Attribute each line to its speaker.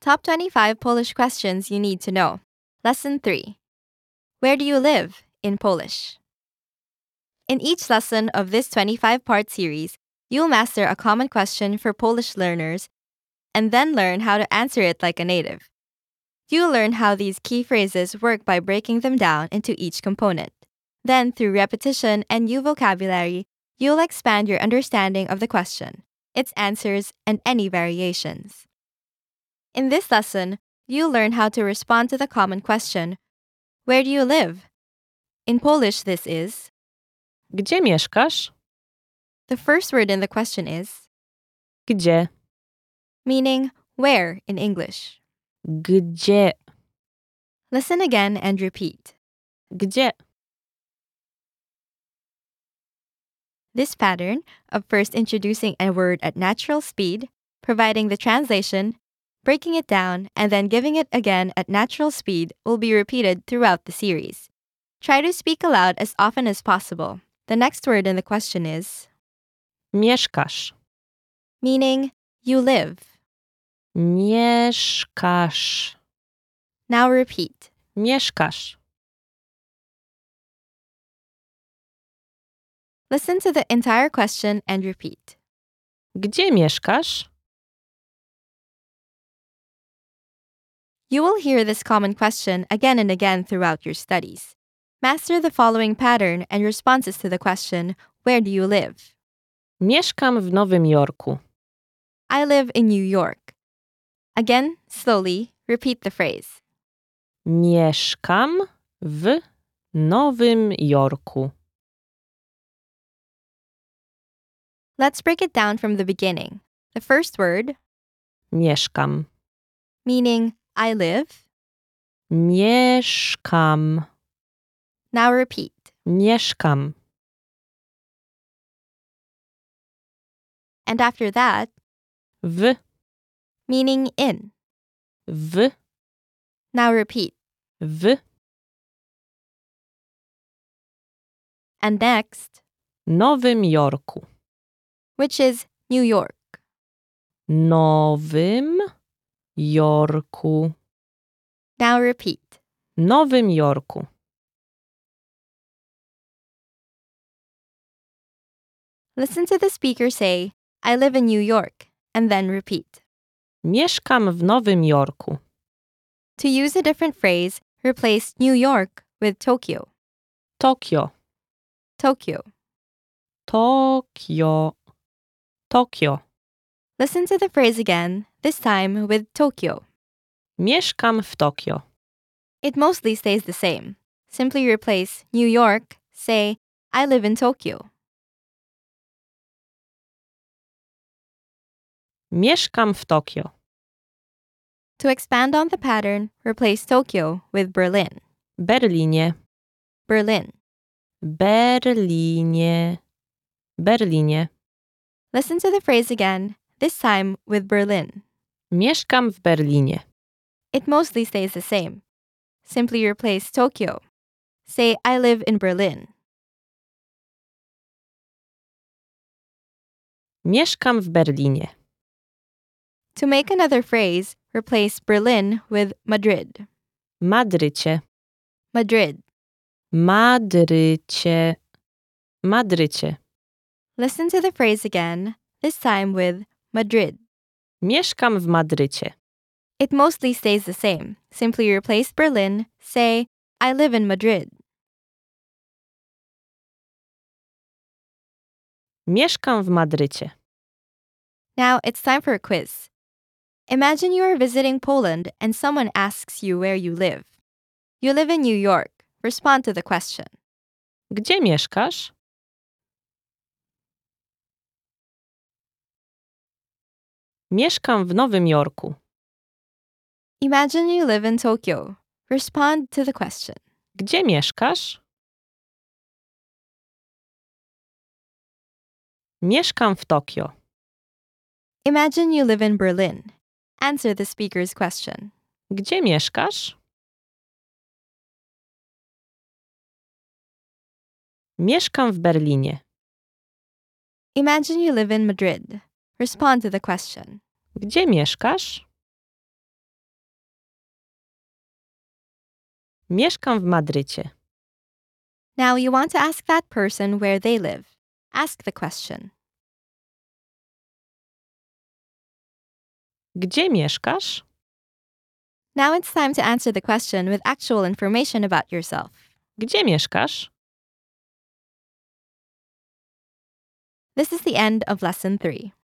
Speaker 1: top 25 Polish questions you need to know. Lesson 3 Where do you live in Polish? In each lesson of this 25 part series, you'll master a common question for Polish learners and then learn how to answer it like a native. You'll learn how these key phrases work by breaking them down into each component. Then, through repetition and new vocabulary, you'll expand your understanding of the question, its answers, and any variations. In this lesson, you'll learn how to respond to the common question Where do you live? In Polish, this is
Speaker 2: Gdzie mieszkasz?
Speaker 1: the first word in the question is,
Speaker 2: Gdzie?
Speaker 1: meaning where in English.
Speaker 2: Gdzie?
Speaker 1: Listen again and repeat.
Speaker 2: Gdzie?
Speaker 1: This pattern of first introducing a word at natural speed, providing the translation, breaking it down, and then giving it again at natural speed will be repeated throughout the series. Try to speak aloud as often as possible. The next word in the question is,
Speaker 2: Mieszkasz.
Speaker 1: meaning you live.
Speaker 2: Mieszkasz.
Speaker 1: Now repeat.
Speaker 2: Mieszkasz.
Speaker 1: Listen to the entire question and repeat.
Speaker 2: Gdzie mieszkasz?
Speaker 1: You will hear this common question again and again throughout your studies. Master the following pattern and responses to the question, Where do you live?
Speaker 2: Mieszkam w Nowym Jorku.
Speaker 1: I live in New York. Again, slowly, repeat the phrase.
Speaker 2: Mieszkam w Nowym Jorku.
Speaker 1: Let's break it down from the beginning. The first word,
Speaker 2: Mieszkam.
Speaker 1: meaning I live,
Speaker 2: Mieszkam.
Speaker 1: now repeat.
Speaker 2: Mieszkam.
Speaker 1: And after that,
Speaker 2: W.
Speaker 1: meaning in,
Speaker 2: W.
Speaker 1: now repeat.
Speaker 2: W.
Speaker 1: And next,
Speaker 2: Nowym Jorku.
Speaker 1: which is New York.
Speaker 2: Nowym Jorku.
Speaker 1: Now repeat.
Speaker 2: Nowym Jorku.
Speaker 1: Listen to the speaker say, I live in New York, and then repeat.
Speaker 2: Mieszkam w Nowym Jorku.
Speaker 1: To use a different phrase, replace New York with Tokyo.
Speaker 2: Tokio.
Speaker 1: Tokyo.
Speaker 2: Tokio. Tokio.
Speaker 1: Listen to the phrase again, this time with Tokyo.
Speaker 2: Mieszkam w Tokio.
Speaker 1: It mostly stays the same. Simply replace New York, say, I live in Tokyo.
Speaker 2: Mieszkam w Tokio.
Speaker 1: To expand on the pattern, replace Tokyo with Berlin.
Speaker 2: Berlinie.
Speaker 1: Berlin.
Speaker 2: Berlinie. Berlinie.
Speaker 1: Listen to the phrase again, this time with Berlin.
Speaker 2: Mieszkam w Berlinie.
Speaker 1: It mostly stays the same. Simply replace Tokyo. Say, I live in Berlin.
Speaker 2: Mieszkam w Berlinie.
Speaker 1: To make another phrase, replace Berlin with Madrid.
Speaker 2: Madrycie.
Speaker 1: Madrid.
Speaker 2: Madrycie. Madrycie.
Speaker 1: Listen to the phrase again, this time with Madrid.
Speaker 2: Mieszkam w Madrycie.
Speaker 1: It mostly stays the same. Simply replace Berlin, say, I live in Madrid.
Speaker 2: Mieszkam w Madrycie.
Speaker 1: Now it's time for a quiz. Imagine you are visiting Poland and someone asks you where you live. You live in New York. Respond to the question.
Speaker 2: Gdzie mieszkasz? Mieszkam w Nowym Jorku.
Speaker 1: Imagine you live in Tokyo. Respond to the question.
Speaker 2: Gdzie mieszkasz? Mieszkam w Tokio.
Speaker 1: Imagine you live in Berlin. Answer the speaker's question.
Speaker 2: Gdzie mieszkasz? Mieszkam w Berlinie.
Speaker 1: Imagine you live in Madrid. Respond to the question.
Speaker 2: Gdzie mieszkasz? Mieszkam w Madrycie.
Speaker 1: Now you want to ask that person where they live. Ask the question.
Speaker 2: Gdzie mieszkasz?
Speaker 1: Now it's time to answer the question with actual information about yourself.
Speaker 2: Gdzie mieszkasz?
Speaker 1: This is the end of lesson 3.